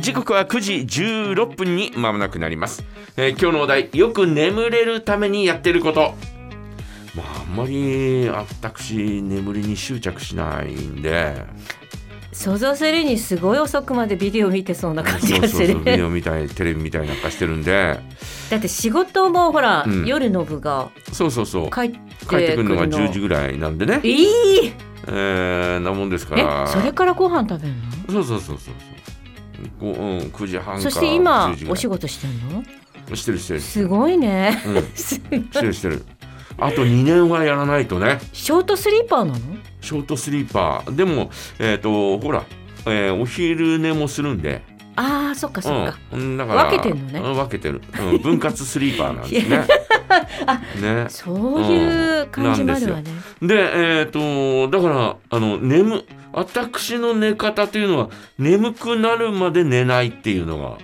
時刻は9時16分に間もなくなります、えー今日のお題よく眠れるためにやってることまああんまり私眠りに執着しないんで想像するにすごい遅くまでビデオ見てそうな感じそうがそすうそうビるデオ見たりテレビ見たりなんかしてるんでだって仕事もほら、うん夜の部がそうそうそう帰って帰くってくるるののが10時ぐらいなんでねいいえーなもんですかえらそれからご飯食べるのそうそうそうそうそうご、うん、9時半かそして今10時ぐらいお仕事してんのしてるしてるすごいねうん シしてるしてるあと2年はやらないとねョートスリーパーなのショートスリーパーでもえっ、とほら、えーお昼寝もするんであーそっかそっか、うん、だから分けてんのねうん分けてる、うん、分割スリーパーなん ですねねそういう感じもあるわね、でえっ、とだからあの眠私の寝方というのは眠くなるまで寝ないっていうのが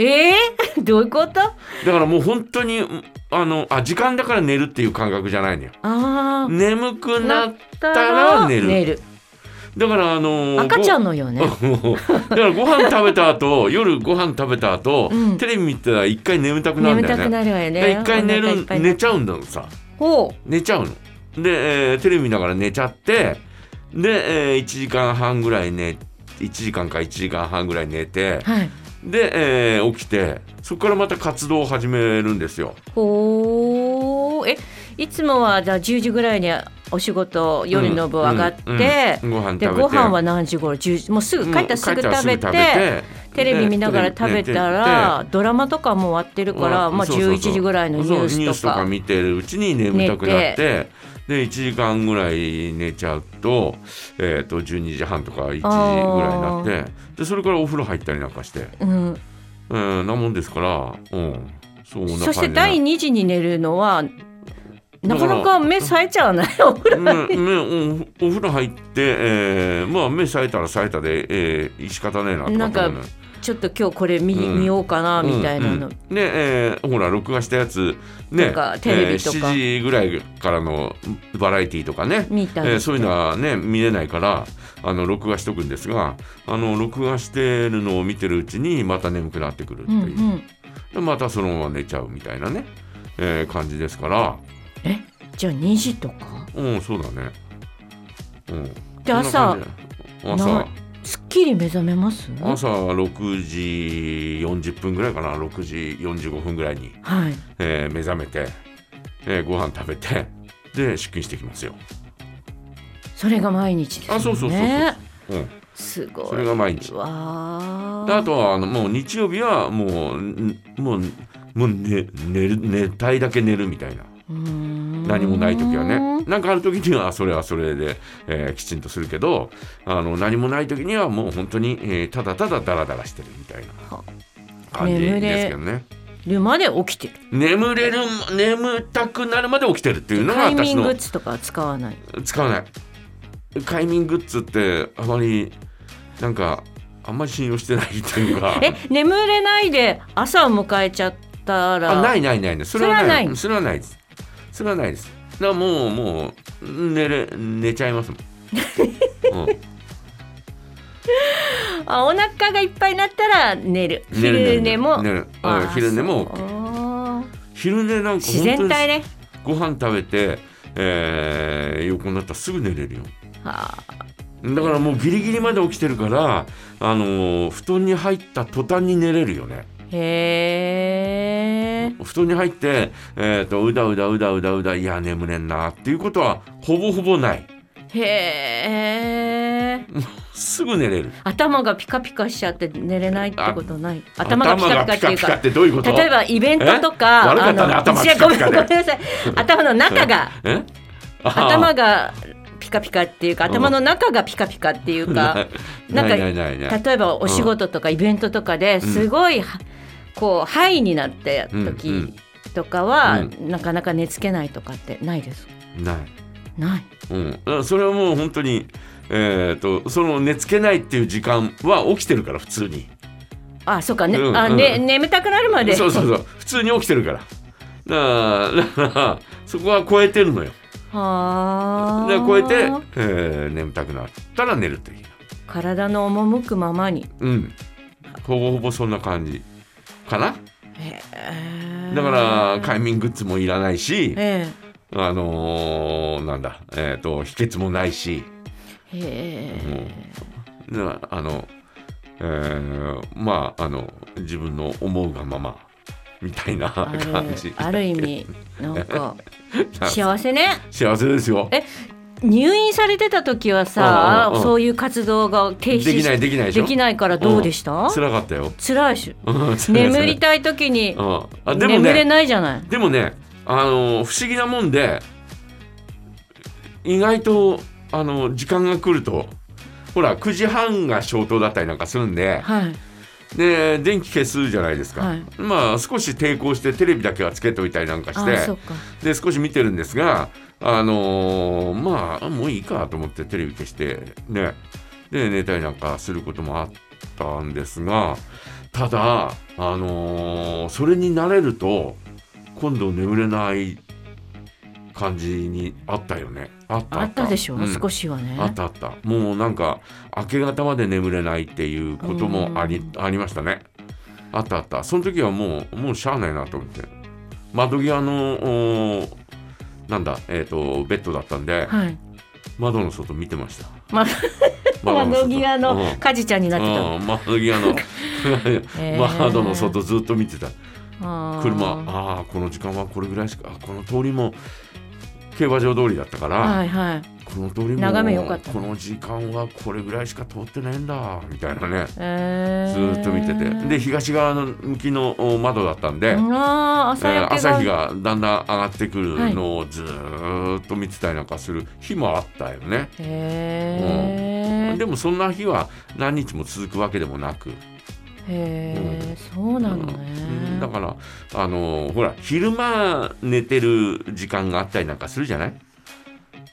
えー、 どういうことあだからもう本当にうんあのあ時間だから寝るっていう感覚じゃないのよあ眠くーなったら寝る寝るだからあのー赤ちゃんごのよねだからご飯食べた後夜ご飯食べた後、うんテレビ見てたら一回眠たくなるん眠だよたねくなるわよでね一回寝お腹いるっぱい寝ちゃうんだのさほ寝ちゃうので、えーテレビ見ながら寝ちゃってで、え1時間半ぐらい寝1時間か1時間半ぐらい寝てうはいで、えー起きてそこからまた活動を始めるんですよほうえいつもはじゃあ10時ぐらいにお仕事夜の部上がって、うんうんご飯食べでてご飯は何時頃10時もうすぐ帰ったらすぐ食べて,、テレビ見ながら食べたら、ドラマとかも終わってるから、まあ、11時ぐらいのニュースとか見てるうちに眠たくなってで1時間ぐらい寝ちゃうと,、えー、と12時半とか1時ぐらいになってでそれからお風呂入ったりなんかして、うん、えー、なもんですから、うん、そんな感じそして第2時に寝るのはなかなか目冴えちゃわないお風呂ねねおお風呂入って、えーまあ、目冴えたら冴えたで、えー、仕方ねえなとかって思うのよちょっと今日これ見,、うん見ようかなみたいなの、うんうんで、えーほら録画したやつねとかテレビとかえー7時ぐらいからのバラエティーとかね、見たりして、えーそういうのはね見れないからあの録画しとくんですがあの録画してるのを見てるうちにまた眠くなってくるってういんうう、ん、でまたそのまま寝ちゃうみたいなね、えー感じですからえじゃあ2時とかうんそうだねうんでそんな朝感じ朝なすっきり目覚めます朝6時40分ぐらいかな6時45分ぐらいにはいえー目覚めて、えー、ご飯食べてで出勤してきますよ。それが毎日ですよねあそうそうそうそううん、すごいそれが毎日。わでーあとはあのもう日曜日はもうんもうもう寝寝る寝たいだけ寝るみたいなうーん何もない時はねなんかある時にはそれはそれで、えーきちんとするけどあの何もない時にはもう本当に、えーただただダラダラしてるみたいなは感じですけどねるまで起きてる眠れる眠たくなるまで起きてるっていうのが快私眠グのッズとかは使わない使わない快眠グッズってあまりなんかあんまり信用してないっていうかえ眠れないで朝を迎えちゃったらあないいないないないそれはないそれはないそれはないですそれはないですだからもうもう寝れ寝ちゃいますも ん、うんあお腹がいっぱいになったら寝る寝る昼寝も寝るうんあー昼寝もそう OK 昼寝なんか自本当然に体ねご飯食べて、えー横になったらすぐ寝れるよはだからもうギリギリまで起きてるからあのー布団に入った途端に寝れるよねーへえ布団に入って、えー、とうだうだうだうだうだいや眠れんなっていうことはほぼほぼないへえすぐ寝れる頭がピカピカしちゃって寝れないってことない頭頭ががピピカカピピカカっってていうかどういうこと例えばイベントとえか悪かったねあの頭違うピカピカでごめんごめんなさい頭の 中がえが頭がピカピカっていうか頭の中がピカピカっていうかな なんいかないないない例えばお仕事とかイベントとかですごいはこうハイになったうんう時んとかはうなかなか寝つけないとかってないですかない、ないうん、だからそれはもう本当にえっ、とその寝つけないっていう時間は起きてるから普通にあそうかねうんあうんね眠たくなるまでそうそうそう普通に起きてるからだからだからそこは超えてるのよはあで超えて、えー眠たくなったら寝るという体の赴くままにうんほぼほぼそんな感じかなへえだから快眠グッズもいらないしえあのーなんだえっ、と秘訣もないしえへえなあの、えーまああの自分の思うがままみたいなある感じある意味なん か幸せね幸せですよえ入院されてた時はうさんうんうんそういう活動が停止できないできないでしょできないからどうでした、辛かったよ辛 いしうん辛い 眠りたい時に辛い うんあでも眠れねないじゃない、でもねあの不思議なもんで意外とあの時間が来るとほら9時半が消灯だったりなんかするんではいで電気消すじゃないですか、はいまあ少し抵抗してテレビだけはつけておいたりなんかしあてそっかで少し見てるんですが、あのーまあもういいかと思ってテレビ消してねで寝たりなんかすることもあったんですがただ、あのーそれに慣れると今度眠れない感じにあったよねあったあったでしょ、うん少しはねあったあったもうなんか明け方まで眠れないっていうこともありありましたねあったあったその時はもうもうしゃあないなと思って窓際のおーなんだえっ、とベッドだったんで、はい窓の外見てましたま 窓際うんのカジちゃんになってたうん窓際のえ ー窓の 外ずっと見てたあー車ああこの時間はこれぐらいしかあこの通りも競馬場通りだったから、はいはいこの通りも眺め良かったねこの時間はこれぐらいしか通ってないんだみたいなねえーずーっと見ててで東側の向きのお窓だったんで、あーえ朝ー焼けが朝日がだんだん上がってくるのをずーっと見てたりなんかする日もあったよね、へーでもそんな日は何日も続くわけでもなく、へーそうなのね、うんだからあのーほら昼間寝てる時間があったりなんかするじゃない、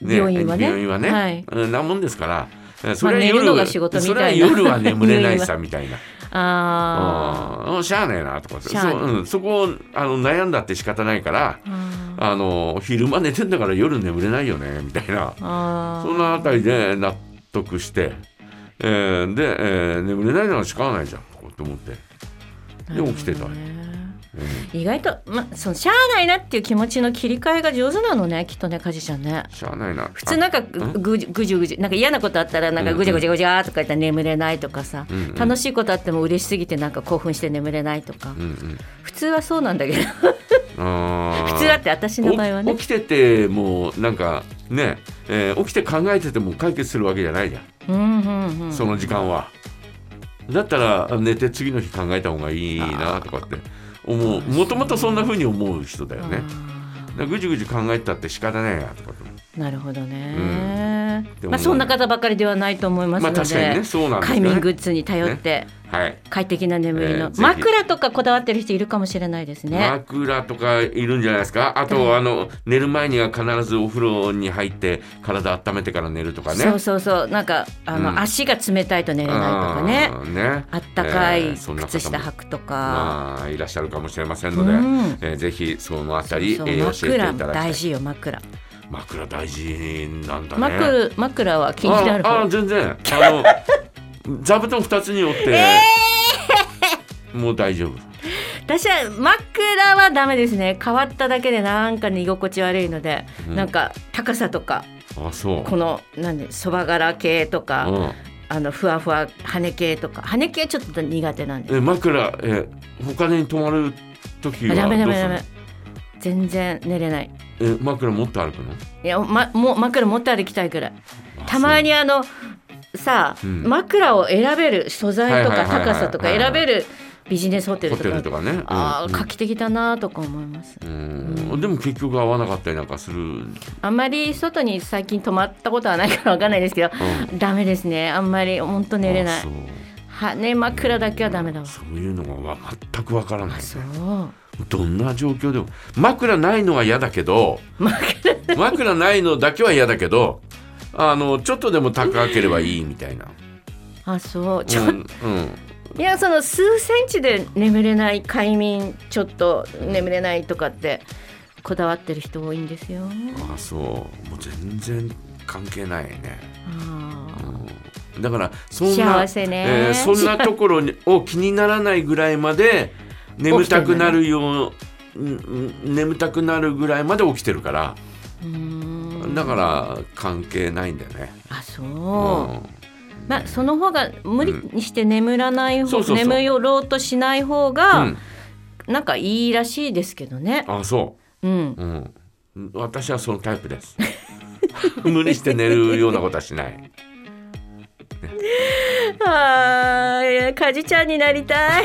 病院はね病院はね、はいうんなもんですからえーそれはまあ寝夜,、るのが仕事みたいそなれは夜は眠れないさみ たいなああしゃあねえなとかってしゃあそう、うん、そこをあの悩んだって仕方ないからーあーあの昼間寝てんだから夜眠れないよねみたいなあそのあたりで納得して、えーで、えー眠れないなら仕方ないじゃんとかって思って、ーでも起きてたなるほどねうん意外と、ま、そのしゃあないなっていう気持ちの切り替えが上手なのねきっとねカジちゃんねしゃあないな普通なんかぐぐじゅぐじゅぐじゅなんか嫌なことあったらなんかぐじゃぐじゃぐじゃーとか言ったら眠れないとかさ、うんうん楽しいことあっても嬉しすぎてなんか興奮して眠れないとか、うんうん、普通はそうなんだけどあー普通だって私の場合はね起き起きててもなんかね、えー起きて考えてても解決するわけじゃないじゃん、うんうんうんその時間はだったら寝て次の日考えた方がいいなとかって思うもともとそんな風に思う人だよねあだからぐじぐじ考えたって仕方ないなとかってーなるほどね、でもまあ、そんな方ばかりではないと思いますまのあで、確かにねそうなんです快よ眠ねグッズに頼って、はい快適な眠りえの、ーぜひ枕とかこだわってる人いるかもしれないですね。枕とかいるんじゃないですかあとあの寝る前には必ずお風呂に入って体温めてから寝るとかねそうそうそうなんかあの、うん足が冷たいと寝れないとかねあーねあったかえいーそんな方も靴下履くとか、まあいらっしゃるかもしれませんので、うんえーぜひそのあたり、えそうー教えていた枕だきたい大事よ枕、枕大事なんだね枕枕は気になるああ方全 然あの座布団二つに折って、もう大丈夫私は枕はダメですね変わっただけでなんか寝心地悪いので、うんなんか高さとかあそうこのなんでそば柄系とか、うんあのふわふわ羽系とか羽系はちょっと苦手なんですえ枕え他に泊まる時はどあうダするメダのメダメ全然寝れないえ枕持って歩くのいや、ま、もう枕持って歩きたいくらいあたまにあのさあ、うん枕を選べる素材とはかいはいはいはい高さとかはいは選いべるビジネスホテそうルホとテかルとかねああうん画期的だなとか思いますうんでも結局合わなかったりなんかする、うんあんまり外に最近泊まったことはないからわかんないですけど、ダメですねあんまりほんと寝れなあいそうはね枕だけはダメだわそういうのがわ全くわからないあそうどんな状況でも枕ないのは嫌だけど枕ないのだけは嫌だけどあのちょっとでも高ければいいみたいな。あそうちうょん、うんいやその数センチで眠れない快眠ちょっと眠れないとかってこだわってる人多いんですよ。あそうもう全然関係ないね、あうーんだからそんな、幸せねえーそんなところにを気にならないぐらいまで眠たくなるよう、うん眠たくなるぐらいまで起きてるからうーんだから関係ないんだよね。あそう、うんまあその方が無理にして眠らないそ方、うそうそう眠ろうとしない方が、うんなんかいいらしいですけどね。あそうんう、うん、私はそのタイプです 無理して寝るようなことはしない あーかじちゃんになりたい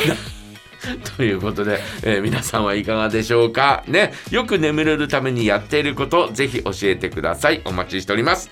ということで、えー皆さんはいかがでしょうかねよく眠れるためにやっていることぜひ教えてくださいお待ちしております